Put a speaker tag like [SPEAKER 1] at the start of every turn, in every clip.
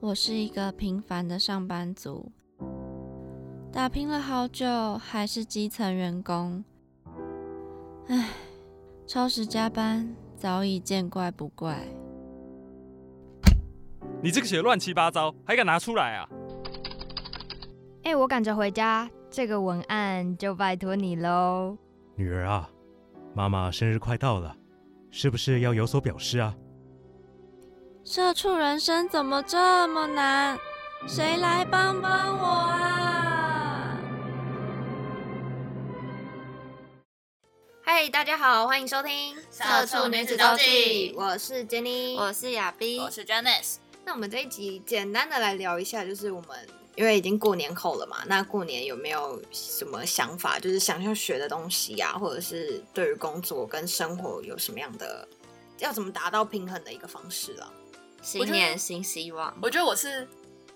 [SPEAKER 1] 我是一个平凡的上班族，打拼了好久，还是基层员工。唉，超时加班早已见怪不怪。
[SPEAKER 2] 你这个写乱七八糟，还敢拿出来啊？
[SPEAKER 3] 哎、我赶着回家，这个文案就拜托你喽。
[SPEAKER 4] 女儿啊，妈妈生日快到了，是不是要有所表示啊？
[SPEAKER 1] 社畜人生怎么这么难？谁来帮帮我啊？
[SPEAKER 3] 嗨，大家好，欢迎收听《
[SPEAKER 5] 社畜女子周记
[SPEAKER 3] 我是 Jenny，
[SPEAKER 1] 我是亚斌，
[SPEAKER 5] 我是 Janice，
[SPEAKER 3] 那我们这一集简单的来聊一下，就是我们因为已经过年后了嘛，那过年有没有什么想法，就是想要学的东西呀、或者是对于工作跟生活有什么样的，要怎么达到平衡的一个方式啦？
[SPEAKER 1] 新年新希望。
[SPEAKER 5] 我觉得我是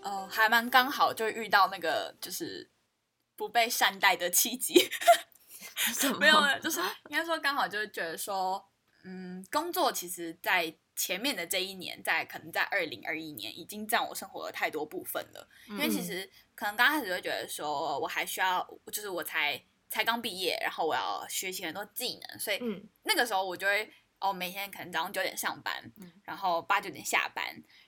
[SPEAKER 5] 呃还蛮刚好就遇到那个就是不被善待的契机，
[SPEAKER 1] 什么
[SPEAKER 5] 没有，就是应该说刚好就是觉得说，嗯，工作其实在前面的这一年，在可能在二零二一年已经占我生活的太多部分了。因为其实可能刚开始会觉得说，我还需要，就是我才才刚毕业，然后我要学习很多技能，所以
[SPEAKER 3] 嗯
[SPEAKER 5] 那个时候我就会哦，每天可能早上九点上班，
[SPEAKER 3] 嗯
[SPEAKER 5] 然后八九点下班，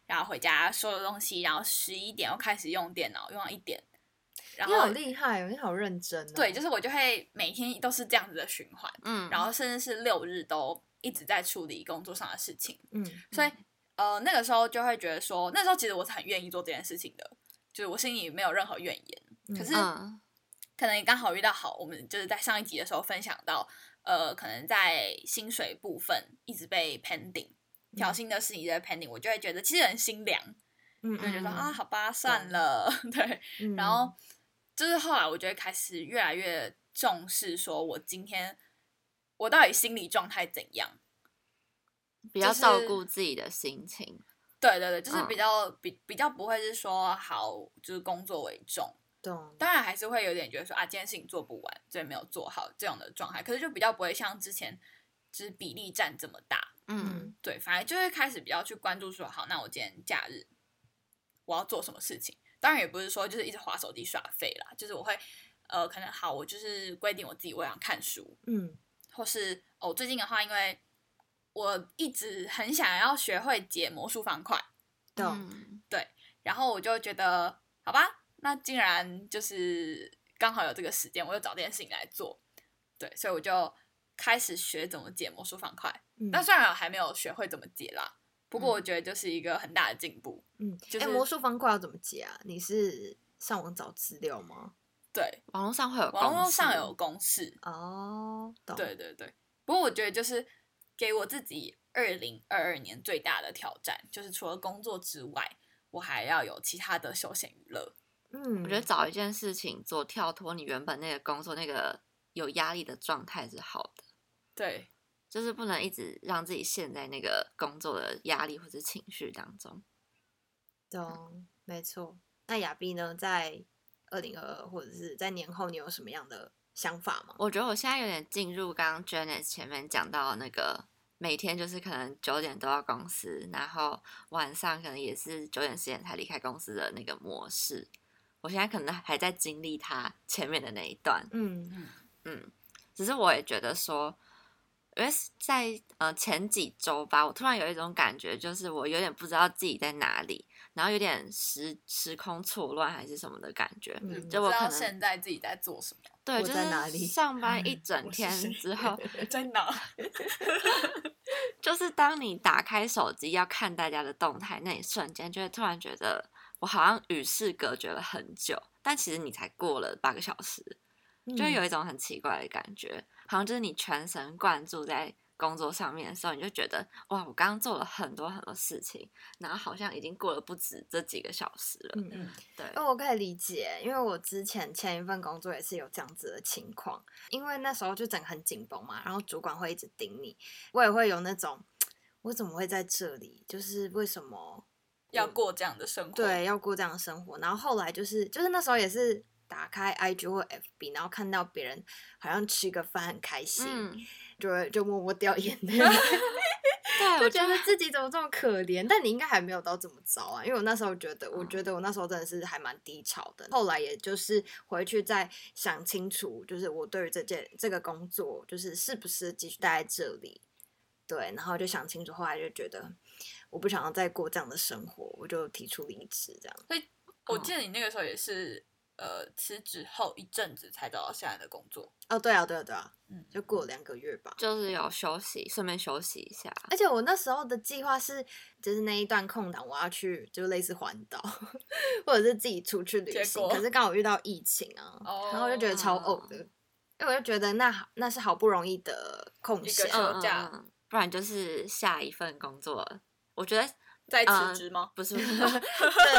[SPEAKER 5] 然后回家收了东西，然后十一点又开始用电脑，用到一点，然
[SPEAKER 3] 你好
[SPEAKER 5] 后
[SPEAKER 3] 厉害哦，你好认真、哦。
[SPEAKER 5] 对，就是我就会每天都是这样子的循环，
[SPEAKER 1] 嗯
[SPEAKER 5] 然后甚至是六日都一直在处理工作上的事情，
[SPEAKER 3] 嗯，
[SPEAKER 5] 所以呃那个时候就会觉得说，那时候其实我是很愿意做这件事情的，就是我心里没有任何怨言，可
[SPEAKER 3] 啊
[SPEAKER 5] 是
[SPEAKER 1] 嗯
[SPEAKER 5] 可能也刚好遇到好，我们就是在上一集的时候分享到，呃，可能在薪水部分一直被 pending 调薪的事情一直被 pending，、我就会觉得其实很心凉，
[SPEAKER 3] 嗯
[SPEAKER 5] 就会觉得说、
[SPEAKER 1] 嗯
[SPEAKER 5] 啊，好吧，算了， 对。
[SPEAKER 3] 嗯
[SPEAKER 5] 然后就是后来我就会开始越来越重视，说我今天我到底心理状态怎样，
[SPEAKER 1] 比较
[SPEAKER 5] 就是
[SPEAKER 1] 照顾自己的心情。
[SPEAKER 5] 对对对，就是
[SPEAKER 1] 嗯
[SPEAKER 5] 比较、比比较不会是说好就是工作为重，
[SPEAKER 3] 懂，
[SPEAKER 5] 当然还是会有点觉得说啊，今天事情做不完，所以没有做好这样的状态，可是就比较不会像之前就是比例占这么大，
[SPEAKER 1] 嗯，
[SPEAKER 5] 对，反而就会开始比较去关注说，好，那我今天假日我要做什么事情？当然也不是说就是一直划手机耍废啦，就是我会呃，可能好，我就是规定我自己我想看书，
[SPEAKER 3] 嗯
[SPEAKER 5] 或是哦，最近的话，因为我一直很想要学会解魔术方块，
[SPEAKER 3] 懂，
[SPEAKER 1] 嗯
[SPEAKER 5] 然后我就觉得，好吧，那竟然就是刚好有这个时间，我就找这件事情来做。对，所以我就开始学怎么解魔术方块。
[SPEAKER 3] 嗯
[SPEAKER 5] 那虽然我还没有学会怎么解啦，不过
[SPEAKER 1] 嗯
[SPEAKER 5] 我觉得就是一个很大的进步。
[SPEAKER 3] 嗯，哎、
[SPEAKER 5] 就是
[SPEAKER 3] 魔术方块要怎么解啊？你是上网找资料吗？
[SPEAKER 5] 对，
[SPEAKER 1] 网络上会有
[SPEAKER 5] 网络
[SPEAKER 1] 公式
[SPEAKER 5] 上有公式。
[SPEAKER 3] 哦，懂，
[SPEAKER 5] 对对对，不过我觉得就是给我自己二零二二年最大的挑战，就是除了工作之外，我还要有其他的休闲娱乐。
[SPEAKER 3] 嗯，
[SPEAKER 1] 我觉得找一件事情做，跳脱你原本那个工作那个有压力的状态是好的，
[SPEAKER 5] 对，
[SPEAKER 1] 就是不能一直让自己陷在那个工作的压力或者情绪当中。
[SPEAKER 3] 懂，没错。那亚碧呢，在二零二二或者是在年后，你有什么样的想法吗？
[SPEAKER 1] 我觉得我现在有点进入刚刚 Janice 前面讲到的那个，每天就是可能九点都到公司，然后晚上可能也是九点十点才离开公司的那个模式。我现在可能还在经历它前面的那一段，
[SPEAKER 3] 嗯
[SPEAKER 1] 嗯，只是我也觉得说，因为是在呃前几周吧，我突然有一种感觉，就是我有点不知道自己在哪里，然后有点时时空错乱还是什么的感觉。
[SPEAKER 3] 嗯，
[SPEAKER 1] 就
[SPEAKER 5] 不
[SPEAKER 1] 我
[SPEAKER 5] 知
[SPEAKER 1] 可
[SPEAKER 5] 道
[SPEAKER 1] 能
[SPEAKER 5] 现在自己在做什么。
[SPEAKER 1] 对，
[SPEAKER 3] 我
[SPEAKER 1] 就
[SPEAKER 3] 在哪
[SPEAKER 1] 是
[SPEAKER 3] 里
[SPEAKER 1] 上
[SPEAKER 5] 嗯
[SPEAKER 1] 班一整
[SPEAKER 3] 我是
[SPEAKER 1] 天
[SPEAKER 3] 谁
[SPEAKER 1] 之后，
[SPEAKER 5] 在哪？
[SPEAKER 1] 就是当你打开手机要看大家的动态那一瞬间，就会突然觉得我好像与世隔绝了很久，但其实你才过了八个小时，
[SPEAKER 3] 嗯
[SPEAKER 1] 就会有一种很奇怪的感觉，好像就是你全神贯注在工作上面的时候，你就觉得哇，我刚刚做了很多很多事情，然后好像已经过了不止这几个小时了。
[SPEAKER 3] 嗯嗯
[SPEAKER 1] 对，
[SPEAKER 3] 哦，我可以理解，因为我之前前一份工作也是有这样子的情况，因为那时候就整个很紧绷嘛，然后主管会一直盯你，我也会有那种我怎么会在这里，就是为什么
[SPEAKER 5] 要过这样的生活。
[SPEAKER 3] 对，要过这样的生活。然后后来就是就是那时候也是打开 IG 或 FB，然后看到别 人好像吃个饭很开心，
[SPEAKER 1] 嗯，
[SPEAKER 3] 就会就默默掉眼泪。
[SPEAKER 1] 对，啊
[SPEAKER 3] 就
[SPEAKER 1] 我
[SPEAKER 3] 觉
[SPEAKER 1] 觉得
[SPEAKER 3] 得自己怎么这么可怜？但你应该还没有到这么糟啊，因为我那时候觉得，我
[SPEAKER 1] 嗯
[SPEAKER 3] 觉得我那时候真的是还蛮低潮的。后来也就是回去再想清楚，就是我对于这件这个工作，就是是不是继续待在这里，对，然后就想清楚，后来就觉得我不想要再过这样的生活，我就提出离职，这样。嗯
[SPEAKER 5] 我记得你那个时候也是呃辞职后一阵子才找到现在的工作，
[SPEAKER 3] 哦，对啊，对啊，对啊，
[SPEAKER 5] 嗯，
[SPEAKER 3] 就过了两个月吧。
[SPEAKER 1] 就是有休息，顺便休息一下。
[SPEAKER 3] 而且我那时候的计划是，就是那一段空档我要去，就类似环岛， 或者是自己出去旅
[SPEAKER 5] 结
[SPEAKER 3] 行。
[SPEAKER 5] 果
[SPEAKER 3] 可是刚好遇到疫情啊，
[SPEAKER 5] 哦
[SPEAKER 3] 然后我就觉得超呕的，因为我就觉得那好那是好不容易的空
[SPEAKER 5] 一个
[SPEAKER 3] 闲，
[SPEAKER 5] 休
[SPEAKER 1] 嗯
[SPEAKER 5] 假
[SPEAKER 1] 嗯嗯不然就是下一份工作。我觉得
[SPEAKER 5] 在
[SPEAKER 1] 嗯
[SPEAKER 5] 辞职吗？
[SPEAKER 1] 不是，不是
[SPEAKER 3] 的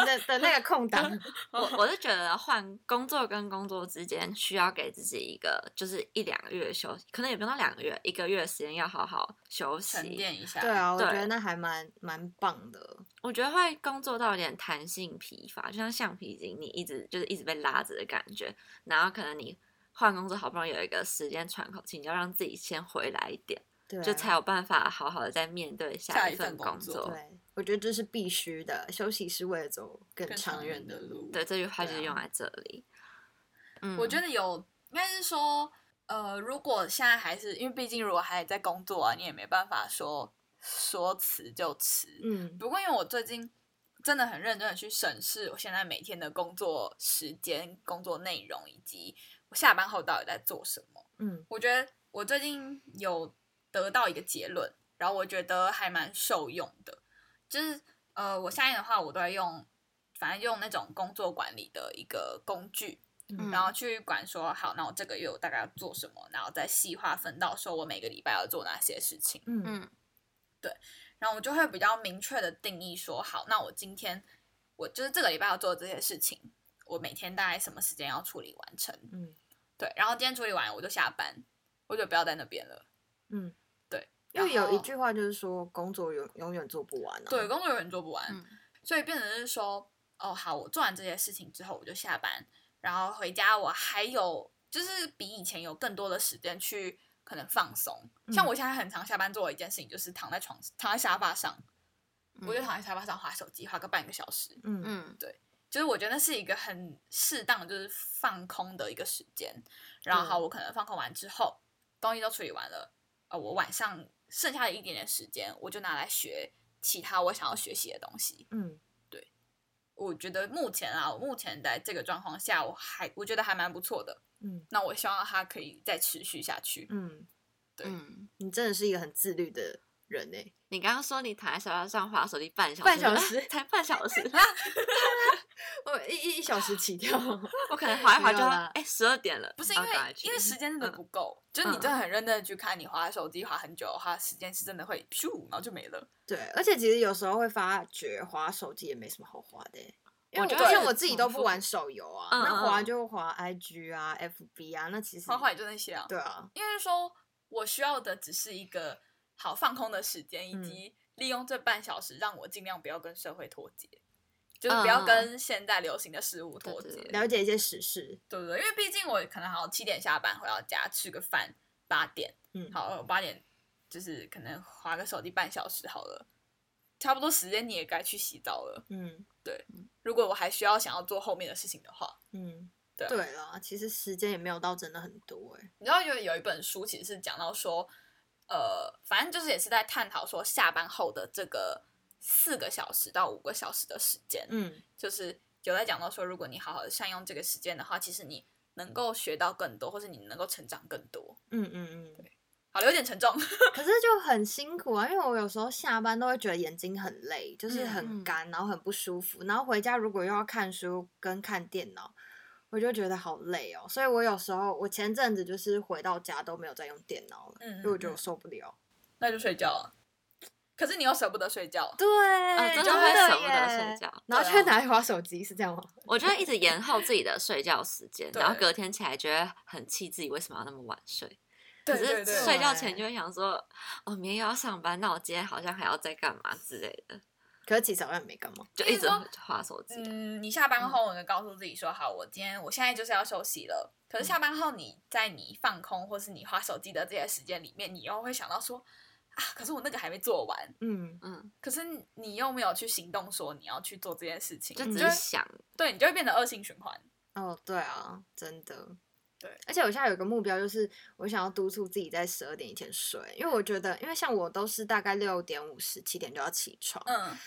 [SPEAKER 3] 的的那个空档，
[SPEAKER 1] 我我是觉得换工作跟工作之间需要给自己一个就是一两个月的休息，可能也不用到两个月，一个月的时间要好好休息。
[SPEAKER 5] 沉淀一下，
[SPEAKER 3] 对，啊，我觉
[SPEAKER 1] 对
[SPEAKER 3] 得那还蛮蛮棒的。
[SPEAKER 1] 我觉得会工作到有点弹性疲乏，就像橡皮筋，你一直就是一直被拉着的感觉。然后可能你换工作，好不容易有一个时间喘口气，你就要让自己先回来一点，
[SPEAKER 3] 对啊，
[SPEAKER 1] 就才有办法好好的再面对
[SPEAKER 5] 下
[SPEAKER 1] 下
[SPEAKER 5] 一份
[SPEAKER 1] 份
[SPEAKER 5] 工
[SPEAKER 1] 工
[SPEAKER 5] 作
[SPEAKER 1] 作。
[SPEAKER 3] 对，我觉得这是必须的，休息是为了走更
[SPEAKER 5] 更
[SPEAKER 3] 长
[SPEAKER 5] 长
[SPEAKER 3] 远
[SPEAKER 5] 远
[SPEAKER 3] 的
[SPEAKER 5] 的
[SPEAKER 3] 路。
[SPEAKER 5] 路。
[SPEAKER 1] 对，这句话就是
[SPEAKER 5] 对啊
[SPEAKER 1] 用在这里。嗯，
[SPEAKER 5] 我觉得有，应该是说，呃，如果现在还是因为毕竟如果还在工作啊，你也没办法说说辞就辞。
[SPEAKER 3] 嗯，
[SPEAKER 5] 不过因为我最近真的很认真的去审视我现在每天的工作时间、工作内容以及我下班后到底在做什么，
[SPEAKER 3] 嗯，
[SPEAKER 5] 我觉得我最近有得到一个结论，然后我觉得还蛮受用的，就是呃，我下一的话我都会用，反正用那种工作管理的一个工具，
[SPEAKER 1] 嗯，
[SPEAKER 5] 然后去管说好，那我这个月我大概要做什么，然后再细划分到说我每个礼拜要做哪些事情，
[SPEAKER 3] 嗯嗯
[SPEAKER 1] 嗯
[SPEAKER 5] 然后我就会比较明确的定义说好，那我今天我就是这个礼拜要做这些事情，我每天大概什么时间要处理完成，
[SPEAKER 3] 嗯
[SPEAKER 5] 对，然后今天处理完我就下班，我就不要在那边了，
[SPEAKER 3] 嗯，
[SPEAKER 5] 对，
[SPEAKER 3] 因为有
[SPEAKER 5] 然后
[SPEAKER 3] 一句话就是说，工作永永远做不完啊。
[SPEAKER 5] 对，工作永远做不完，
[SPEAKER 1] 嗯
[SPEAKER 5] 所以变成是说，哦，好，我做完这些事情之后我就下班，然后回家我还有就是比以前有更多的时间去可能放松。像
[SPEAKER 3] 嗯
[SPEAKER 5] 我现在很常下班做的一件事情就是躺在床躺在沙发上，我就
[SPEAKER 1] 嗯
[SPEAKER 5] 躺在沙发上划手机，划个半个小时。
[SPEAKER 3] 嗯
[SPEAKER 1] 嗯
[SPEAKER 5] 就是我觉得那是一个很适当，就是放空的一个时间。然后好，
[SPEAKER 3] 对
[SPEAKER 5] 我可能放空完之后，东西都处理完了，呃，我晚上剩下的一点点时间，我就拿来学其他我想要学习的东西。
[SPEAKER 3] 嗯
[SPEAKER 5] 我觉得目前啊，我目前在这个状况下，我还我觉得还蛮不错的。
[SPEAKER 3] 嗯
[SPEAKER 5] 那我希望它可以再持续下去。
[SPEAKER 3] 嗯，
[SPEAKER 5] 对
[SPEAKER 1] 嗯，
[SPEAKER 3] 你真的是一个很自律的人呢、
[SPEAKER 1] 你刚刚说你躺在沙发上划手机半小时，
[SPEAKER 3] 半小时
[SPEAKER 1] 才半小 时，
[SPEAKER 3] 我一一一小时起跳，
[SPEAKER 1] 我可能划一划就
[SPEAKER 3] 没
[SPEAKER 1] 要
[SPEAKER 3] 有啦
[SPEAKER 1] 哎十二点了，
[SPEAKER 5] 不是
[SPEAKER 1] 然
[SPEAKER 5] 因
[SPEAKER 1] 后
[SPEAKER 5] 为
[SPEAKER 1] 赶快去嗯哦
[SPEAKER 5] 因为时间
[SPEAKER 3] 嗯
[SPEAKER 5] 真的不够，就是你真的很认真的去看，你划手机划很久的话，时间是真的会咻，然后就没了。
[SPEAKER 3] 对，而且其实有时候会发觉滑手机也没什么好滑的欸、因为
[SPEAKER 1] 我
[SPEAKER 3] 我
[SPEAKER 1] 觉
[SPEAKER 5] 得
[SPEAKER 3] 像
[SPEAKER 5] 是
[SPEAKER 3] 我自己
[SPEAKER 1] 重
[SPEAKER 3] 都不
[SPEAKER 1] 复
[SPEAKER 3] 玩手游啊，
[SPEAKER 1] 嗯
[SPEAKER 3] 那
[SPEAKER 1] 嗯
[SPEAKER 3] 滑
[SPEAKER 1] 嗯
[SPEAKER 3] 就滑 IG 啊、FB 啊，那其实
[SPEAKER 5] 画画也就那些啊。
[SPEAKER 3] 对啊，
[SPEAKER 5] 因为说我需要的只是一个好放空的时间，以
[SPEAKER 3] 嗯
[SPEAKER 5] 及利用这半小时，让我尽量不要跟社会脱节，就是不要跟现在流行的事物脱节
[SPEAKER 1] 嗯对对，对
[SPEAKER 3] 了解一些时事，
[SPEAKER 5] 对不对？因为毕竟我可能好像七点下班回到家吃个饭，八点
[SPEAKER 3] 嗯，
[SPEAKER 5] 好呃八点就是可能划个手机半小时好了，差不多时间你也该去洗澡了。
[SPEAKER 3] 嗯
[SPEAKER 5] 如果我还需要想要做后面的事情的话，
[SPEAKER 3] 嗯，
[SPEAKER 5] 对啊
[SPEAKER 3] 对啦，其实时间也没有到真的很多哎、
[SPEAKER 5] 你知道有有一本书，其实是讲到说，呃，反正就是也是在探讨说下班后的这个四个小时到五个小时的时间，
[SPEAKER 3] 嗯
[SPEAKER 5] 就是有在讲到说，如果你好好的善用这个时间的话，其实你能够学到更多，或是你能够成长更多。
[SPEAKER 3] 嗯嗯嗯，
[SPEAKER 5] 好了，有点沉重，
[SPEAKER 3] 可是就很辛苦啊，因为我有时候下班都会觉得眼睛很累，就是
[SPEAKER 5] 嗯
[SPEAKER 3] 很
[SPEAKER 1] 嗯
[SPEAKER 3] 干，然后很不舒服，然后回家如果又要看书跟看电脑，我就觉得好累哦。所以我有时候我前阵子就是回到家都没有再用电脑了，
[SPEAKER 5] 嗯
[SPEAKER 3] 因为我觉得
[SPEAKER 5] 嗯
[SPEAKER 3] 我受不
[SPEAKER 1] 哦
[SPEAKER 3] 了。
[SPEAKER 5] 那就睡觉了。可是你又舍不得睡觉，
[SPEAKER 3] 对，
[SPEAKER 1] 啊真的
[SPEAKER 3] 的
[SPEAKER 1] 会舍不得
[SPEAKER 3] 耶
[SPEAKER 1] 睡觉
[SPEAKER 3] 然后
[SPEAKER 5] 对
[SPEAKER 3] 去
[SPEAKER 5] 啊
[SPEAKER 3] 拿来划手机，是这样吗？
[SPEAKER 1] 我就会一直延后自己的睡觉时间，
[SPEAKER 5] 对
[SPEAKER 1] 然后隔天起来觉得很气自己为什么要那么晚睡。
[SPEAKER 5] 对
[SPEAKER 1] 可
[SPEAKER 5] 对
[SPEAKER 1] 是
[SPEAKER 5] 对，
[SPEAKER 1] 睡觉前就会想说，哦，明天又要上班，那我今天好像还要再干嘛之类的，
[SPEAKER 3] 可是其实好像也没干嘛。
[SPEAKER 1] 就
[SPEAKER 5] 因为
[SPEAKER 1] 一直
[SPEAKER 5] 说
[SPEAKER 1] 划手机。
[SPEAKER 5] 嗯，你下班后呢，告诉自己说好，我今天我现在就是要休息了。可是下班后，你在你放空或是你划手机的这些时间里面，你又会想到说啊，可是我那个还没做完，
[SPEAKER 3] 嗯，
[SPEAKER 1] 嗯，
[SPEAKER 5] 可是你又没有去行动，说你要去做这件事情，
[SPEAKER 1] 就
[SPEAKER 5] 你
[SPEAKER 1] 只
[SPEAKER 5] 会
[SPEAKER 1] 是想，
[SPEAKER 5] 对你就会变得恶性循环。
[SPEAKER 3] 哦，对啊，真的。
[SPEAKER 5] 对
[SPEAKER 3] 而且我现在有一个目标，就是我想要督促自己在十二点以前睡，因为我觉得，因为像我都是大概六点五十、七点就要起床，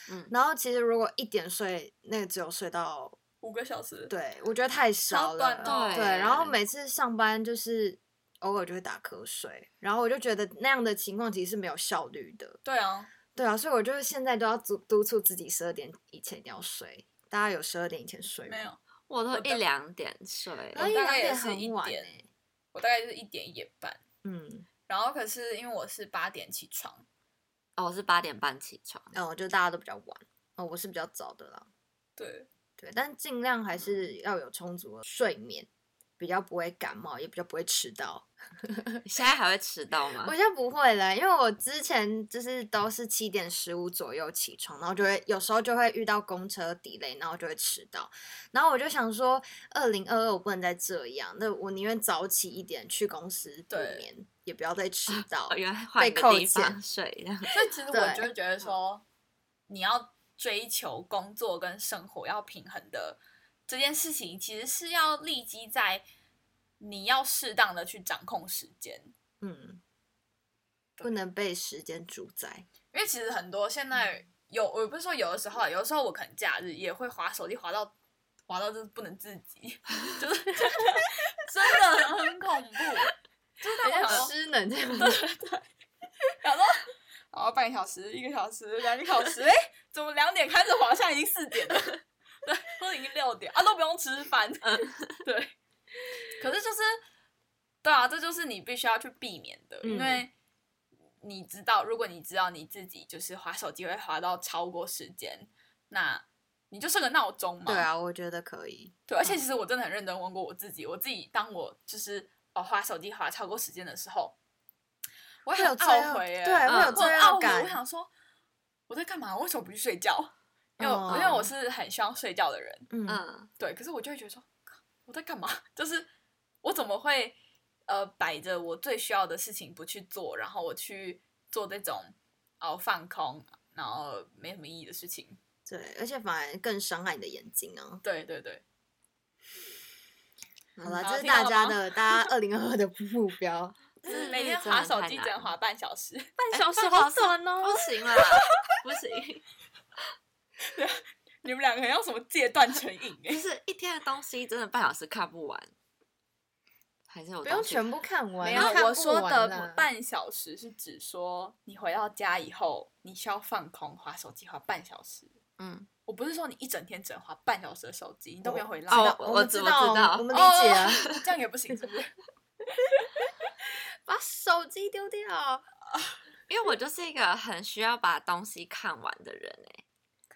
[SPEAKER 5] 嗯，
[SPEAKER 3] 然后其实如果一点睡，那个只有睡到，
[SPEAKER 5] 五个小时，
[SPEAKER 3] 对我觉得太少
[SPEAKER 5] 超短
[SPEAKER 3] 了，
[SPEAKER 5] 的
[SPEAKER 3] 对。然后每次上班就是偶尔就会打瞌睡，然后我就觉得那样的情况其实是没有效率的，
[SPEAKER 5] 对啊，
[SPEAKER 3] 对啊，所以我就是现在都要督督促自己十二点以前一定要睡。大家有十二点以前睡吗
[SPEAKER 5] 没？有，
[SPEAKER 1] 我都
[SPEAKER 5] 我
[SPEAKER 1] 一
[SPEAKER 5] 的
[SPEAKER 1] 两点睡，
[SPEAKER 3] 然后一
[SPEAKER 5] 大
[SPEAKER 3] 两
[SPEAKER 5] 概也
[SPEAKER 3] 点
[SPEAKER 5] 是一
[SPEAKER 3] 很晚
[SPEAKER 5] 点
[SPEAKER 3] 欸
[SPEAKER 5] 我大概就是一点一点半，
[SPEAKER 3] 嗯，
[SPEAKER 5] 然后可是因为我是八点起床，
[SPEAKER 1] 哦，我是八点半起床。
[SPEAKER 3] 哦，就大家都比较晚，哦，我是比较早的啦，
[SPEAKER 5] 对，
[SPEAKER 3] 对，但尽量还是要有充足的睡眠，比较不会感冒，也比较不会迟到。
[SPEAKER 1] 你现在还会迟到吗
[SPEAKER 3] 我？现在不会了，因为我之前就是都是七点十五左右起床，然后就会有时候就会遇到公车 delay，然后就会迟到。然后我就想说，二零二二我不能再这样，那我宁愿早起一点去公司补
[SPEAKER 5] 对哎
[SPEAKER 3] 眠，也不要再 迟到
[SPEAKER 1] 哦。原来换一
[SPEAKER 3] 被
[SPEAKER 1] 个
[SPEAKER 3] 扣
[SPEAKER 1] 地方
[SPEAKER 3] 钱
[SPEAKER 1] 睡这样。
[SPEAKER 5] 所以其实我
[SPEAKER 3] 对
[SPEAKER 5] 就会觉得说，你要追求工作跟生活要平衡的这件事情，其实是要立基在你要适当的去掌控时间，
[SPEAKER 3] 嗯，不能被时间主宰。
[SPEAKER 5] 因为其实很多现在有，我不是说有的时候啊，有的时候我可能假日也会滑手机滑到。滑到就是不能自己， 就是真的很恐怖。就是当我想说，
[SPEAKER 3] 哎失能这 样子，
[SPEAKER 5] 想说，然后半个小时、一个小时、两个小时，哎、怎么两点开始滑，现在已经四点了，对，或者已经六点啊，都不用吃饭，
[SPEAKER 3] 嗯
[SPEAKER 5] 对。可是就是，对啊，这就是你必须要去避免的，因为
[SPEAKER 3] 嗯
[SPEAKER 5] 你知道，如果你知道你自己就是滑手机会滑到超过时间，那你就设个闹钟嘛，
[SPEAKER 3] 对啊，我觉得可以。
[SPEAKER 5] 对，而且其实我真的很认真问过我自己，我自己当我就是哦划手机划超过时间的时候，我
[SPEAKER 3] 会
[SPEAKER 5] 很
[SPEAKER 3] 有罪恶
[SPEAKER 5] 懊悔耶，嗯
[SPEAKER 3] 对会有
[SPEAKER 5] 我很
[SPEAKER 3] 罪恶
[SPEAKER 5] 懊悔，
[SPEAKER 3] 感
[SPEAKER 5] 我想说我在干嘛？为什么不去睡觉？因为我、因为
[SPEAKER 3] 哦
[SPEAKER 5] 我是很希望睡觉的人，
[SPEAKER 3] 嗯
[SPEAKER 1] 嗯，
[SPEAKER 5] 对，可是我就会觉得说靠我在干嘛？ 就是我怎么会呃摆着我最需要的事情不去做，然后我去做这种哦放空，然后没什么意义的事情？
[SPEAKER 3] 对，而且反而更伤害你的眼睛啊。
[SPEAKER 5] 对对对，
[SPEAKER 3] 嗯好了，
[SPEAKER 5] 好
[SPEAKER 3] 这是
[SPEAKER 5] 听到
[SPEAKER 3] 大
[SPEAKER 5] 了
[SPEAKER 3] 家
[SPEAKER 5] 吗
[SPEAKER 3] 的大家二零二二的目标。
[SPEAKER 1] 自
[SPEAKER 5] 每
[SPEAKER 1] 律
[SPEAKER 5] 天
[SPEAKER 1] 真的
[SPEAKER 5] 划手
[SPEAKER 1] 太
[SPEAKER 5] 机
[SPEAKER 1] 难
[SPEAKER 5] 只能
[SPEAKER 1] 了
[SPEAKER 5] 划半小时。
[SPEAKER 1] 哎
[SPEAKER 3] 半小时
[SPEAKER 1] 半
[SPEAKER 3] 好
[SPEAKER 1] 小时
[SPEAKER 3] 短哦
[SPEAKER 1] 不行啦，不行，
[SPEAKER 5] 你们两个要什么戒断成瘾 哎、
[SPEAKER 1] 就是一天的东西真的半小时看不完，还是有
[SPEAKER 3] 不用
[SPEAKER 1] 东西
[SPEAKER 3] 全部看完，
[SPEAKER 5] 没
[SPEAKER 3] 你
[SPEAKER 5] 有
[SPEAKER 3] 看，
[SPEAKER 5] 我
[SPEAKER 3] 不
[SPEAKER 5] 说
[SPEAKER 3] 完啊
[SPEAKER 5] 的
[SPEAKER 3] 啦
[SPEAKER 5] 半小时是指说你回到家以后，你需要放空，划手机划半小时。
[SPEAKER 1] 嗯，
[SPEAKER 5] 我不是说你一整天只能划半小时的手机，你都没有回来。
[SPEAKER 1] 哦
[SPEAKER 3] 我
[SPEAKER 1] 我
[SPEAKER 3] 们
[SPEAKER 1] 知
[SPEAKER 3] 知
[SPEAKER 1] 我知
[SPEAKER 3] 道，
[SPEAKER 1] 道
[SPEAKER 3] 我们理解啊，
[SPEAKER 5] 哦 这样也不行，是不是？
[SPEAKER 3] 把手机丢 掉。
[SPEAKER 1] 因为我就是一个很需要把东西看完的人哎、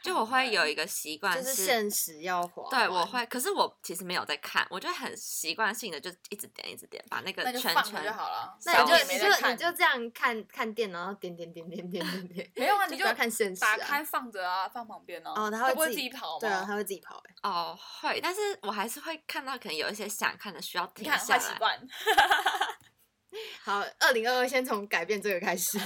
[SPEAKER 1] 就我会有一个习惯
[SPEAKER 3] 就是现实要滑，
[SPEAKER 1] 对，我。会，可是我其实没有在看，我就很习惯性的就一直点一直点，把那个
[SPEAKER 5] 那就
[SPEAKER 1] 圈
[SPEAKER 5] 放着
[SPEAKER 1] 圈
[SPEAKER 5] 就好了。
[SPEAKER 3] 那你
[SPEAKER 1] 扫
[SPEAKER 3] 就
[SPEAKER 1] 也
[SPEAKER 5] 没
[SPEAKER 3] 你
[SPEAKER 5] 在
[SPEAKER 3] 就你
[SPEAKER 5] 看，
[SPEAKER 3] 就这样看看电脑，然后点点点点点点点，
[SPEAKER 5] 没有啊，你
[SPEAKER 3] 就不要看现实啊
[SPEAKER 5] 打开放着啊，放旁边哦。
[SPEAKER 3] 哦它会
[SPEAKER 5] 它不会
[SPEAKER 3] 自己
[SPEAKER 5] 己跑
[SPEAKER 3] 对啊，
[SPEAKER 5] 吗？
[SPEAKER 3] 他会自己跑欸。
[SPEAKER 1] 哦，会，但是我还是会看到可能有一些想看的需要
[SPEAKER 5] 你
[SPEAKER 1] 停
[SPEAKER 5] 看
[SPEAKER 1] 下
[SPEAKER 5] 坏习
[SPEAKER 1] 来。
[SPEAKER 5] 惯，
[SPEAKER 3] 好，二零二二先从改变这个开始。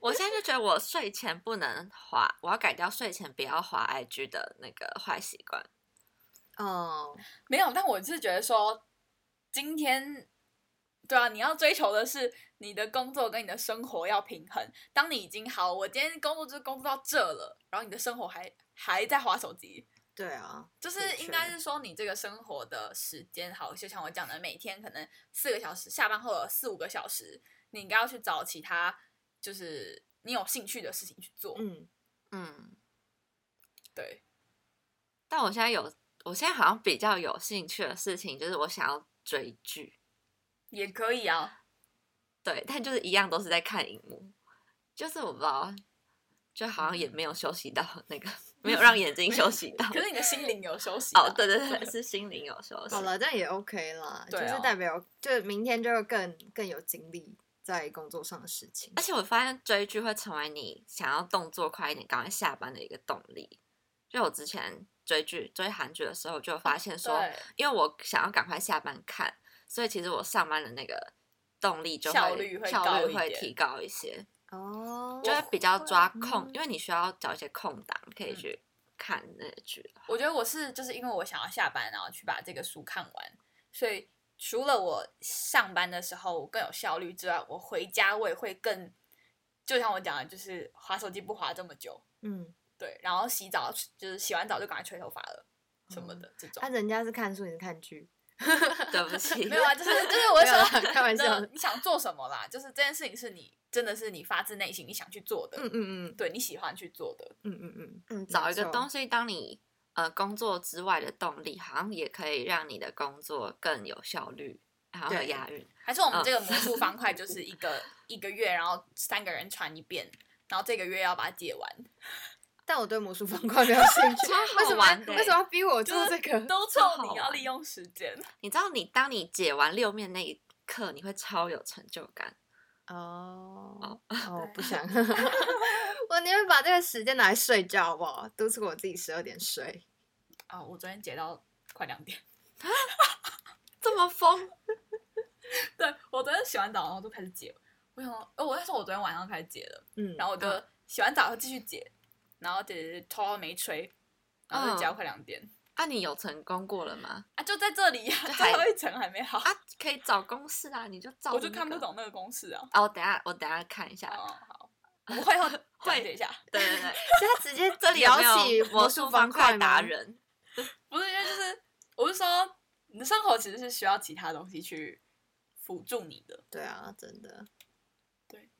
[SPEAKER 1] 我现在就觉得我睡前不能滑，我要改掉睡前不要滑 IG 的那个坏习惯。
[SPEAKER 3] 哦，
[SPEAKER 5] 没有，但我是觉得说，今天，对啊，你要追求的是你的工作跟你的生活要平衡。当你已经好，我今天工作就是工作到这了，然后你的生活还还在划手机，
[SPEAKER 3] 对啊，
[SPEAKER 5] 就是
[SPEAKER 3] 的确
[SPEAKER 5] 应该是说你这个生活的时间好，就像我讲的，每天可能四个小时，下班后有四五个小时，你应该要去找其他就是你有兴趣的事情去做。
[SPEAKER 3] 嗯，
[SPEAKER 1] 嗯，
[SPEAKER 5] 对，
[SPEAKER 1] 但我现在有，我现在好像比较有兴趣的事情就是我想要追剧，
[SPEAKER 5] 也可以啊。
[SPEAKER 1] 对，但就是一样都是在看荧幕，就是我不知道，就好像也没有休息到那个， 没有让眼睛休息到。
[SPEAKER 5] 嗯可是你的心灵有休息啊、
[SPEAKER 1] 哦， 对对对，是心灵有休息。
[SPEAKER 3] 好，了，这样也 OK 啦，就
[SPEAKER 5] 对啊
[SPEAKER 3] 是代表就明天就会更更有精力在工作上的事情
[SPEAKER 1] 而。且我发现追剧会成为你想要动作快一点、赶快下班的一个动力。就我之前追剧、追韩剧的时候，就发现说，
[SPEAKER 5] 哦对，
[SPEAKER 1] 因为我想要赶快下班看，所以其实我上班的那个动力就会
[SPEAKER 5] 效率会
[SPEAKER 1] 效率
[SPEAKER 5] 高一
[SPEAKER 1] 会
[SPEAKER 5] 点
[SPEAKER 1] 提高一些。
[SPEAKER 3] 哦，
[SPEAKER 1] 就会比较抓空
[SPEAKER 3] 嗯，
[SPEAKER 1] 因为你需要找一些空档可以去看那些剧了。
[SPEAKER 5] 我觉得我是就是因为我想要下班，然后去把这个书看完，所以除了我上班的时候更有效率之外，我回家我也会更，就像我讲的，就是划手机不划这么久，
[SPEAKER 3] 嗯，
[SPEAKER 5] 对，然后洗澡就是洗完澡就赶快吹头发了什么的这种
[SPEAKER 3] 那、。人家是看书，你是看剧，
[SPEAKER 1] 对不 起，
[SPEAKER 5] 没有啊，就是就是我
[SPEAKER 3] 没有
[SPEAKER 5] 说
[SPEAKER 3] 啦开玩笑
[SPEAKER 5] 那你想做什么啦？就是这件事情是你真的是你发自内心你想去做的，
[SPEAKER 3] 嗯嗯
[SPEAKER 5] 对你喜欢去做的，
[SPEAKER 3] 嗯嗯嗯
[SPEAKER 1] 嗯，找一个
[SPEAKER 3] 没错
[SPEAKER 1] 东西当你呃工作之外的动力，好像也可以让你的工作更有效率，然后
[SPEAKER 3] 对
[SPEAKER 1] 有押韵。
[SPEAKER 5] 还是我们这个魔术方块就是一个一个月，然后三个人传一遍，然后这个月要把它解完，
[SPEAKER 3] 但我对魔术方块没有兴 趣，为
[SPEAKER 1] 好
[SPEAKER 3] 什么
[SPEAKER 1] 玩
[SPEAKER 3] 要
[SPEAKER 1] 的欸
[SPEAKER 3] 为什么要逼我做
[SPEAKER 5] 就
[SPEAKER 3] 这
[SPEAKER 5] 是
[SPEAKER 3] 个？
[SPEAKER 5] 都
[SPEAKER 1] 超
[SPEAKER 5] 臭
[SPEAKER 1] 好
[SPEAKER 5] 你要
[SPEAKER 1] 玩
[SPEAKER 5] 利用时 间，
[SPEAKER 1] 欸你知道你，当你解完六面那一刻，你会超有成就感。
[SPEAKER 3] 哦
[SPEAKER 1] 哦
[SPEAKER 3] 哦，不想， 我宁愿把这个时间拿来睡觉，好不好？督促我自己十二点睡。
[SPEAKER 5] 啊、我昨天解到快两点，
[SPEAKER 1] 这么疯，
[SPEAKER 5] 对我昨天洗完澡然后就开始解，我想说，哦，我那时候我昨天晚上开始解的，
[SPEAKER 3] 嗯，
[SPEAKER 5] 然后我就洗完澡后继续解，然后解解解头发没吹，然后就解到快两点、
[SPEAKER 1] 那、啊你有成功过了吗？
[SPEAKER 5] 嗯啊，就在这里呀、
[SPEAKER 1] 就还
[SPEAKER 5] 最后一层还没好，
[SPEAKER 1] 啊，可以找公式啊，你就照、
[SPEAKER 5] 我就看不。懂那个公式 啊。
[SPEAKER 1] 哦，等一下我等一下看一下。
[SPEAKER 5] 哦，好，我们会后
[SPEAKER 1] 会
[SPEAKER 5] 讲解一下，
[SPEAKER 1] 对对对，
[SPEAKER 3] 所以他直接
[SPEAKER 1] 这里有
[SPEAKER 3] 聊
[SPEAKER 1] 没
[SPEAKER 3] 起
[SPEAKER 1] 有魔术方
[SPEAKER 3] 块
[SPEAKER 1] 块
[SPEAKER 3] 吗
[SPEAKER 1] 达？人？
[SPEAKER 5] 不是因为就是我是说，你的生活其实是需要其他东西去辅助你 的。
[SPEAKER 3] 对啊，真的，
[SPEAKER 1] 对，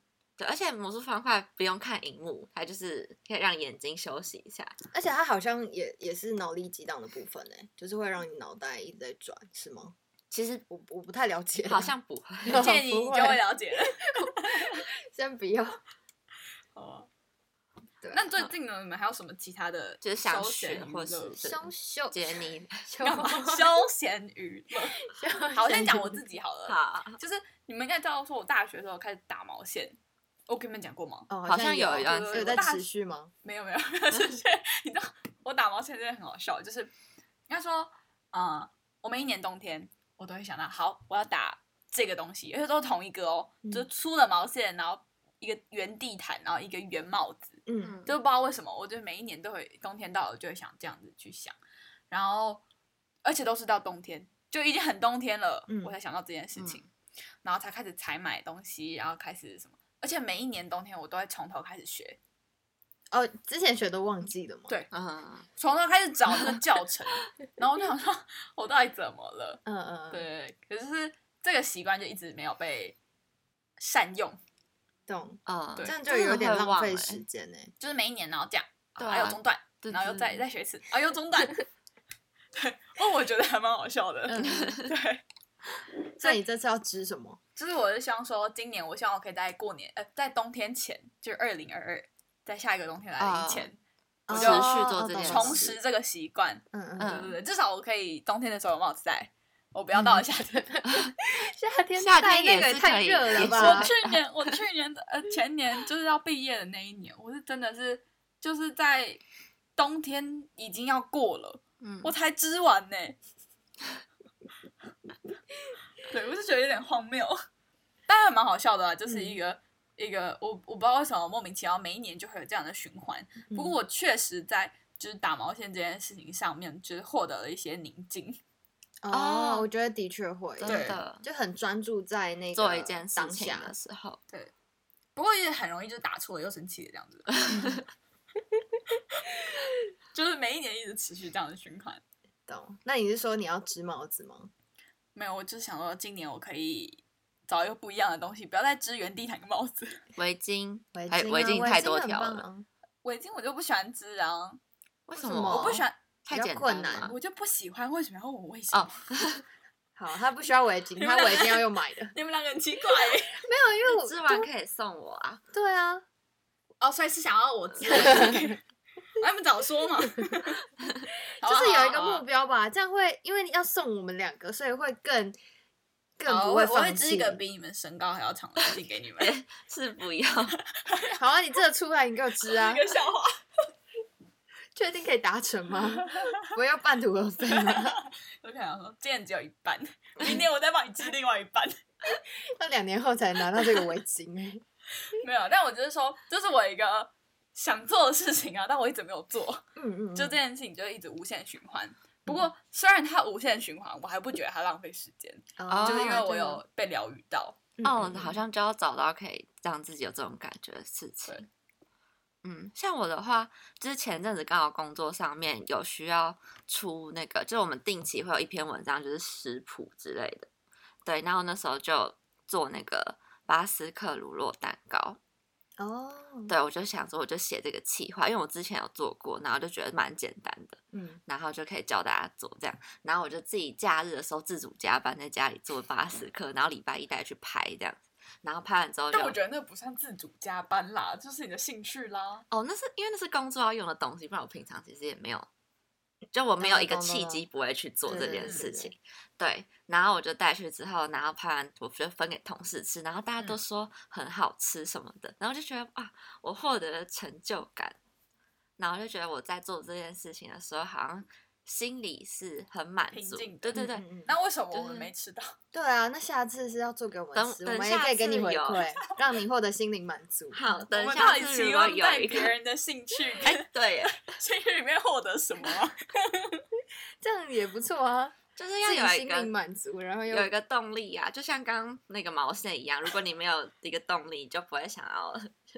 [SPEAKER 1] 而且魔术方块不用看荧幕，它就是可以让眼睛休息一下。
[SPEAKER 3] 而且他好像也也是脑力激荡的部分呢，欸就是会让你脑袋一直在转，是吗？
[SPEAKER 1] 其实
[SPEAKER 3] 我我不太了解，
[SPEAKER 1] 好像不会，
[SPEAKER 3] 哦
[SPEAKER 5] 建议你
[SPEAKER 3] 不
[SPEAKER 5] 就
[SPEAKER 3] 会
[SPEAKER 5] 会了解了。
[SPEAKER 3] 先不要。
[SPEAKER 5] 哦，
[SPEAKER 3] 对啊，
[SPEAKER 5] 那最近呢，你们还有什么其他的
[SPEAKER 1] 就是想
[SPEAKER 5] 休闲
[SPEAKER 1] 学
[SPEAKER 5] 娱
[SPEAKER 1] 或
[SPEAKER 5] 乐
[SPEAKER 1] 是
[SPEAKER 3] 休休
[SPEAKER 1] 杰 尼
[SPEAKER 3] 休
[SPEAKER 5] 干嘛休闲娱乐？ 好，我先讲我自己好了。
[SPEAKER 1] 好，
[SPEAKER 5] 就是你们应该知道，说我大学的时候开始打毛线，我跟你们讲过吗？
[SPEAKER 3] 哦，
[SPEAKER 1] 好像有
[SPEAKER 3] 有
[SPEAKER 1] 一
[SPEAKER 5] 段
[SPEAKER 3] 有
[SPEAKER 5] 时
[SPEAKER 3] 在
[SPEAKER 5] 间
[SPEAKER 3] 持续吗？
[SPEAKER 5] 没有没有，就是 你知道我打毛线真的很好笑，就是应该说，嗯，我每一年冬天我都会想到，好，我要打这个东西，而且都是同一个哦，
[SPEAKER 3] 嗯
[SPEAKER 5] 就是粗的毛线，然后一个圆地毯，然后一个圆帽子，
[SPEAKER 3] 嗯
[SPEAKER 1] 嗯，
[SPEAKER 5] 就不知道为什么，我就每一年都会冬天到了就会想这样子去想，然后而且都是到冬天，就已经很冬天了，
[SPEAKER 3] 嗯
[SPEAKER 5] 我才想到这件事情，然后才开始采买东西，然后开始什么，而且每一年冬天我都会从头开始学，
[SPEAKER 3] 哦，之前学都忘记了吗？
[SPEAKER 5] 对
[SPEAKER 1] 嗯，
[SPEAKER 5] 从头开始找那个教 程，然后我就想说，我到底怎么了？
[SPEAKER 3] 嗯嗯，嗯，
[SPEAKER 5] 对，可是这个习惯就一直没有被善用，
[SPEAKER 3] 懂，
[SPEAKER 1] 嗯，
[SPEAKER 5] 对
[SPEAKER 3] 这
[SPEAKER 5] 这
[SPEAKER 3] 样
[SPEAKER 1] 样
[SPEAKER 3] 就有点浪费时间欸呢。
[SPEAKER 5] 就是每一年然后这样，
[SPEAKER 1] 对啊
[SPEAKER 5] 还有中断，
[SPEAKER 1] 对
[SPEAKER 5] 然后又
[SPEAKER 1] 对
[SPEAKER 5] 再
[SPEAKER 1] 对
[SPEAKER 5] 再学一次，啊又 中断，对，哦我觉得还蛮好笑的，
[SPEAKER 1] 嗯
[SPEAKER 5] 对，
[SPEAKER 3] 那你这次要织什么？
[SPEAKER 5] 就是我是希望说，今年我希望我可以在过年，呃，在冬天前，就是二零二二，在下一个冬天来临前，
[SPEAKER 1] 我
[SPEAKER 3] 哦
[SPEAKER 1] 就去做这件事
[SPEAKER 3] 懂
[SPEAKER 5] 重拾这个习惯，
[SPEAKER 3] 嗯嗯
[SPEAKER 5] 对
[SPEAKER 3] 嗯，
[SPEAKER 5] 对对，至少我可以冬天的时候有帽子戴，我不
[SPEAKER 1] 嗯
[SPEAKER 5] 要到了夏天。
[SPEAKER 3] 夏天
[SPEAKER 1] 夏
[SPEAKER 3] 戴
[SPEAKER 1] 天也
[SPEAKER 3] 那个
[SPEAKER 1] 是
[SPEAKER 3] 太
[SPEAKER 1] 可以
[SPEAKER 3] 热了
[SPEAKER 1] 也
[SPEAKER 3] 吧
[SPEAKER 5] 我？去年，我去年的呃前年就是要毕业的那一年，我是真的是就是在冬天已经要过了，
[SPEAKER 1] 嗯
[SPEAKER 5] 我才织完呢。对，我就觉得有点荒谬，但还蛮好笑的啦，就是一个、一个我我不知道为什么莫名其妙每一年就会有这样的循环。
[SPEAKER 3] 嗯
[SPEAKER 5] 不过我确实在就是打毛线这件事情上面，就是获得了一些宁静。
[SPEAKER 3] 哦，
[SPEAKER 1] 哦
[SPEAKER 3] 我觉得的确会，
[SPEAKER 1] 真
[SPEAKER 5] 对
[SPEAKER 1] 的
[SPEAKER 3] 就很专注在那个
[SPEAKER 1] 做一件事
[SPEAKER 3] 当
[SPEAKER 1] 情
[SPEAKER 3] 下
[SPEAKER 1] 的。时候，
[SPEAKER 5] 不过也很容易就打错了又生气了这样子， 就是每一年一直持续这样的循环。
[SPEAKER 3] 懂？那你是说你要织帽子吗？
[SPEAKER 5] 没有，我就是想说今年我可以找一个不一样的东西，不要再织原地毯跟帽子。
[SPEAKER 1] 围巾，
[SPEAKER 3] 围
[SPEAKER 1] 还
[SPEAKER 3] 巾啊
[SPEAKER 1] 有哎围巾太多条
[SPEAKER 3] 很棒
[SPEAKER 1] 了，
[SPEAKER 3] 啊
[SPEAKER 5] 围巾我就不喜欢织啊，
[SPEAKER 1] 为
[SPEAKER 3] 什
[SPEAKER 1] 什
[SPEAKER 3] 么
[SPEAKER 1] 么？
[SPEAKER 5] 我不喜欢，
[SPEAKER 1] 太
[SPEAKER 3] 比较
[SPEAKER 1] 简
[SPEAKER 3] 困
[SPEAKER 1] 单
[SPEAKER 3] 难
[SPEAKER 1] 了。
[SPEAKER 5] 我就不喜欢。为什么要问我为什么？
[SPEAKER 1] 哦，
[SPEAKER 3] 好，他不需要围巾，他围巾要用买的。
[SPEAKER 5] 你们两个很奇怪欸
[SPEAKER 3] 没有，因为我
[SPEAKER 1] 织完
[SPEAKER 3] 就
[SPEAKER 1] 可以送我啊！
[SPEAKER 3] 对啊，
[SPEAKER 5] 哦，所以是想要我 织围巾。啊哎你们早说 嘛！啊就
[SPEAKER 3] 就是有一个目标吧，这样会因为你要送我们两个，所以会更更不
[SPEAKER 5] 我我会
[SPEAKER 3] 放
[SPEAKER 5] 织一
[SPEAKER 3] 弃。
[SPEAKER 5] 个比你们身高还要长的围巾给你们， 一
[SPEAKER 1] 是不要，
[SPEAKER 3] 好啊，你这个出来，你给我织 啊，
[SPEAKER 5] 个笑话。
[SPEAKER 3] 确定可以达成吗？不要半途而废吗？
[SPEAKER 5] 我就想说，今年只有一半，明年我再帮你织另外一半。
[SPEAKER 3] 要两年后才拿到这个围巾哎、
[SPEAKER 5] 没有，啊但我就是说，这、是我一个想做的事情啊，但我一直没有做，
[SPEAKER 3] 嗯嗯，
[SPEAKER 5] 就这件事情就一直无限循环。
[SPEAKER 1] 嗯
[SPEAKER 5] 不过虽然它无限循环，我还不觉得它浪费时间，
[SPEAKER 3] 哦，
[SPEAKER 5] 就是因为我
[SPEAKER 3] 对
[SPEAKER 5] 有被疗愈到。
[SPEAKER 3] 嗯
[SPEAKER 1] 哦
[SPEAKER 3] 嗯，嗯
[SPEAKER 1] 好像就要找到可以让自己有这种感觉的事情
[SPEAKER 5] 对。
[SPEAKER 1] 嗯，像我的话，之前阵子刚好工作上面有需要出那个，就是我们定期会有一篇文章，就是食谱之类的。对，然后那时候就做那个巴斯克乳酪蛋糕。
[SPEAKER 3] 哦，
[SPEAKER 1] 对，我就想说，我就写这个企划，因为我之前有做过，然后就觉得蛮简单的，
[SPEAKER 3] 嗯，
[SPEAKER 1] 然后就可以教大家做这样。然后我就自己假日的时候自主加班，在家里做巴斯克，然后礼拜一带去拍这样子。然后拍完之后就，
[SPEAKER 5] 但我觉得那不算自主加班啦，就是你的兴趣啦。
[SPEAKER 1] 哦，那是因为那是工作要用的东西，不然我平常其实也没有，就我没有
[SPEAKER 3] 懂
[SPEAKER 1] 一个
[SPEAKER 3] 懂懂
[SPEAKER 1] 契
[SPEAKER 3] 懂
[SPEAKER 1] 机不会去做
[SPEAKER 3] 对
[SPEAKER 1] 这
[SPEAKER 3] 对
[SPEAKER 1] 件
[SPEAKER 3] 对
[SPEAKER 1] 事
[SPEAKER 3] 对
[SPEAKER 1] 情。对，然后我就带去之后，然后拍完我就分给同事吃，然后大家都
[SPEAKER 5] 嗯
[SPEAKER 1] 说很好吃什么的，然后就觉得啊，我获得了成就感，然后就觉得我在做这件事情的时候，好像心里是很满
[SPEAKER 5] 平
[SPEAKER 1] 足
[SPEAKER 5] 静。
[SPEAKER 1] 对
[SPEAKER 5] 的
[SPEAKER 1] 对对，
[SPEAKER 3] 嗯，嗯嗯
[SPEAKER 5] 那为什么
[SPEAKER 1] 就是
[SPEAKER 5] 我们没吃到？
[SPEAKER 3] 对啊，那下次是要做给我们
[SPEAKER 1] 等
[SPEAKER 3] 吃，
[SPEAKER 1] 等
[SPEAKER 3] 我们也
[SPEAKER 1] 下
[SPEAKER 3] 可以给你
[SPEAKER 1] 次
[SPEAKER 3] 回
[SPEAKER 1] 有
[SPEAKER 3] 馈，让你获得心灵满足。
[SPEAKER 1] 好，
[SPEAKER 5] 我
[SPEAKER 1] 等
[SPEAKER 5] 们
[SPEAKER 1] 下
[SPEAKER 5] 到底
[SPEAKER 1] 次如
[SPEAKER 5] 期
[SPEAKER 1] 果
[SPEAKER 5] 望
[SPEAKER 1] 有
[SPEAKER 5] 在
[SPEAKER 1] 一个
[SPEAKER 5] 别， 人的兴趣
[SPEAKER 1] 哎、
[SPEAKER 5] 跟
[SPEAKER 1] 对耶，
[SPEAKER 5] 兴趣里面获得什么啊？
[SPEAKER 3] 这样也不错 啊，
[SPEAKER 1] 就是
[SPEAKER 3] 自
[SPEAKER 1] 要
[SPEAKER 3] 己
[SPEAKER 1] 有一
[SPEAKER 3] 心
[SPEAKER 1] 个
[SPEAKER 3] 灵满足，然后又
[SPEAKER 1] 有一个动力啊，就像刚刚那个毛线一样，如果你没有一个动力，你就不会想要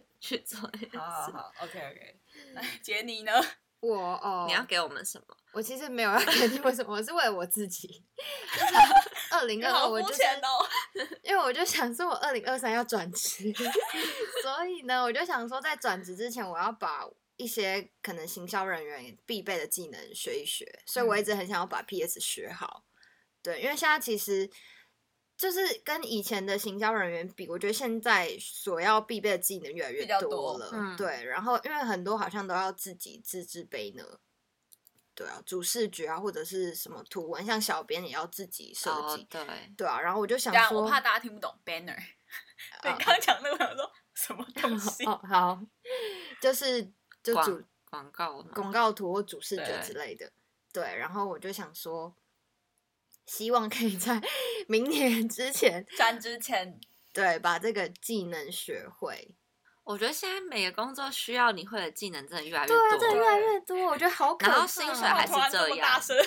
[SPEAKER 1] 去做这件事。
[SPEAKER 5] 好，OK OK。来，杰尼呢？
[SPEAKER 3] 我哦，
[SPEAKER 1] 你要给我们什么？
[SPEAKER 3] 我其实没有要 决定为什么，我是为了我自 己。二零
[SPEAKER 5] 你
[SPEAKER 3] 二二，
[SPEAKER 5] 好
[SPEAKER 3] 我
[SPEAKER 5] 肤
[SPEAKER 3] 就是
[SPEAKER 5] 浅哦。
[SPEAKER 3] 因为我就想说，我二零二三要转职， 所以呢，我就想说，在转职之前，我要把一些可能行销人员必备的技能学一学。所以我一
[SPEAKER 5] 嗯
[SPEAKER 3] 直很想要把 PS 学好，对，因为现在其实就是跟以前的行销人员比，我觉得现在所要必备的技能越来越
[SPEAKER 5] 比较
[SPEAKER 3] 多
[SPEAKER 5] 多
[SPEAKER 3] 了，
[SPEAKER 1] 嗯
[SPEAKER 3] 对。然后因为很多好像都要自己自制杯呢。对啊，主视觉啊，或者是什么图文，像小编也要自己设
[SPEAKER 1] 哦
[SPEAKER 3] 计，，
[SPEAKER 1] 对，
[SPEAKER 3] 对啊。然后我就想
[SPEAKER 5] 这样
[SPEAKER 3] 说，
[SPEAKER 5] 我怕大家听不懂 banner。你
[SPEAKER 3] 啊
[SPEAKER 5] 刚刚讲那个，我想说什么东西？
[SPEAKER 3] 哦，好，就是就主
[SPEAKER 1] 广广告嘛
[SPEAKER 3] 广告图或主视觉
[SPEAKER 1] 对
[SPEAKER 3] 之类的。对，然后我就想说，希望可以在 明年之前，
[SPEAKER 5] 转之 前
[SPEAKER 3] 对，把这个技能学会。
[SPEAKER 1] 我觉得现在每个工作需要你会的技能真的越来越
[SPEAKER 3] 对啊，这
[SPEAKER 1] 多，
[SPEAKER 3] 越来越多，我觉得好可怕。哦
[SPEAKER 1] 然后薪水还是
[SPEAKER 5] 突然
[SPEAKER 1] 这
[SPEAKER 5] 么
[SPEAKER 1] 样
[SPEAKER 5] 大声，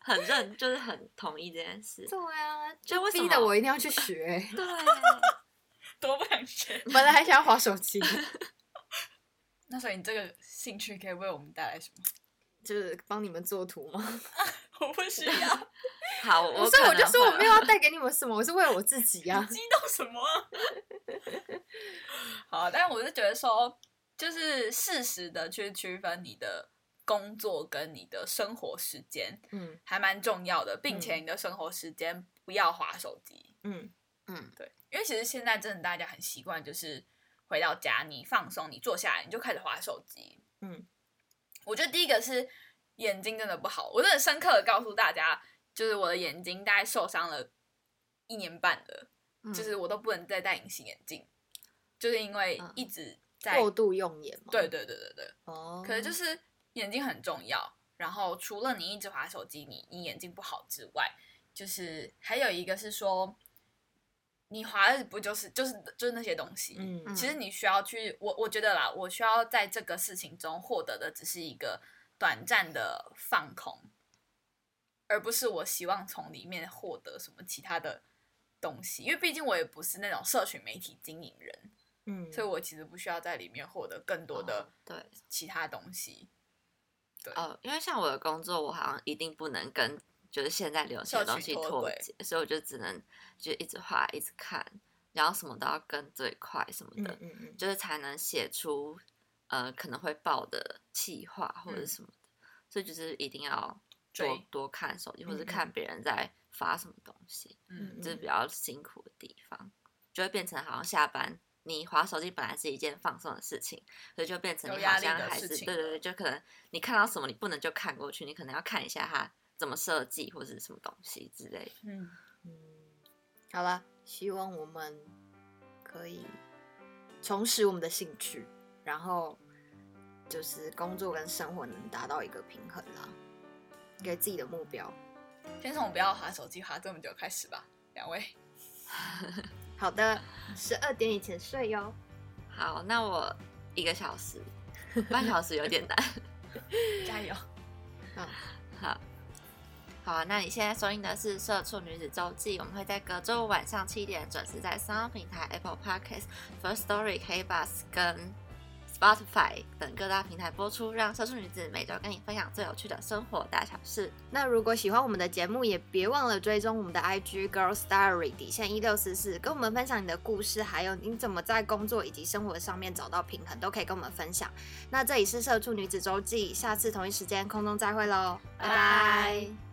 [SPEAKER 1] 很认，就是很同意这件事。
[SPEAKER 3] 对啊，
[SPEAKER 1] 就为什
[SPEAKER 3] 逼
[SPEAKER 1] 么
[SPEAKER 3] 得我一定要去
[SPEAKER 1] 。
[SPEAKER 3] 学
[SPEAKER 1] 对，
[SPEAKER 5] 多不想学。
[SPEAKER 3] 本来还想要划手机，
[SPEAKER 5] 那所以你这个兴趣可以为我们带来什么？
[SPEAKER 3] 就是帮你们做图嘛。
[SPEAKER 5] 我不 需要，
[SPEAKER 1] 啊好，我
[SPEAKER 3] 所以我
[SPEAKER 1] 可
[SPEAKER 3] 就
[SPEAKER 1] 能
[SPEAKER 3] 说我
[SPEAKER 1] 会
[SPEAKER 3] 没有要带给你们什么，我是为了我自己 呀、
[SPEAKER 5] 激动什么 啊、好，但我是觉得说，就是适时的去区分你的工作跟你的生活时间，
[SPEAKER 3] 嗯
[SPEAKER 5] 还蛮重要的，并且你的生活时间不要划手机。
[SPEAKER 3] 嗯，
[SPEAKER 5] 对，因为其实现在真的大家很习惯，就是回到家你放松，你坐下来你就开始划手机。
[SPEAKER 3] 嗯，
[SPEAKER 5] 我觉得第一个是眼睛真的不好，我真的深刻的告诉大家，就是我的眼睛大概受伤了一年半了，
[SPEAKER 1] 嗯
[SPEAKER 5] 就是我都不能再戴隐形眼镜，就是因为
[SPEAKER 1] 嗯
[SPEAKER 5] 一直在、
[SPEAKER 3] 过度用眼嘛。
[SPEAKER 5] 对对对对对，
[SPEAKER 3] 哦，
[SPEAKER 5] 可是就是眼睛很重要。然后除了你一直划手机，你你眼睛不好之外，就是还有一个是说，你划的不就是就是就是那些东西。
[SPEAKER 3] 嗯
[SPEAKER 1] 嗯
[SPEAKER 5] 其实你需要去，我我觉得啦，我需要在这个事情中获得的只是一个短暂的放空，而不是我希望从里面获得什么其他的东西。因为毕竟我也不是那种社群媒体经营人，
[SPEAKER 3] 嗯，
[SPEAKER 5] 所以我其实不需要在里面获得更多的
[SPEAKER 1] 哦对
[SPEAKER 5] 其他东西。
[SPEAKER 1] 哦，因为像我的工作，我好像一定不能跟就是现在流行的
[SPEAKER 5] 社
[SPEAKER 1] 东
[SPEAKER 5] 群
[SPEAKER 1] 西
[SPEAKER 5] 脱
[SPEAKER 1] 脱
[SPEAKER 5] 轨
[SPEAKER 1] 节，所以我就只能就一直画，一直看，然后什么都要跟最快什么
[SPEAKER 3] 嗯
[SPEAKER 1] 的，
[SPEAKER 3] 嗯嗯，
[SPEAKER 1] 就是才能写出呃可能会爆的气话或者
[SPEAKER 5] 嗯
[SPEAKER 1] 什么的，所以就是一定要多
[SPEAKER 5] 追
[SPEAKER 1] 多看手机，或
[SPEAKER 3] 嗯
[SPEAKER 1] 者
[SPEAKER 3] 嗯
[SPEAKER 1] 看别人在发什么东西，
[SPEAKER 5] 嗯
[SPEAKER 1] 这是
[SPEAKER 3] 嗯
[SPEAKER 1] 比较辛苦的地方，就会变成好像下班。你划手机本来是一件放松的事情，所以就变成
[SPEAKER 5] 有
[SPEAKER 1] 你
[SPEAKER 5] 压
[SPEAKER 1] 好
[SPEAKER 5] 力
[SPEAKER 1] 像
[SPEAKER 5] 的
[SPEAKER 1] 还是
[SPEAKER 5] 事
[SPEAKER 1] 对
[SPEAKER 5] 情
[SPEAKER 1] 对
[SPEAKER 5] 了
[SPEAKER 1] 对，就可能你看到什么你不能就看过去，你可能要看一下它怎么设计或者是什么东西之类的。
[SPEAKER 5] 嗯，
[SPEAKER 3] 嗯，好啦，希望我们可以重拾我们的兴趣，然后就是工作跟生活能达到一个平衡啦，给自己的目标。
[SPEAKER 5] 先从不要划手机划这么久开始吧，两位。
[SPEAKER 3] 好的，十二点以前睡哟。
[SPEAKER 1] 好，那我一个小时，半小时有点难。
[SPEAKER 5] 加油！
[SPEAKER 1] 好，好啊，那你现在收听的是《社畜女子周记》，我们会在隔周五晚上七点准时在三方平台 Apple Podcast、First Story、K Bus 跟 Spotify 等各大平台播出，让社畜女子每周跟你分享最有趣的生活大小事。
[SPEAKER 3] 那如果喜欢我们的节目，也别忘了追踪我们的 IG Girl Story 底线一六四四，跟我们分享你的故事，还有你怎么在工作以及生活上面找到平衡，都可以跟我们分享。那这里是社畜女子周记，下次同一时间空中再会喽，拜
[SPEAKER 5] 拜
[SPEAKER 3] 拜
[SPEAKER 5] 拜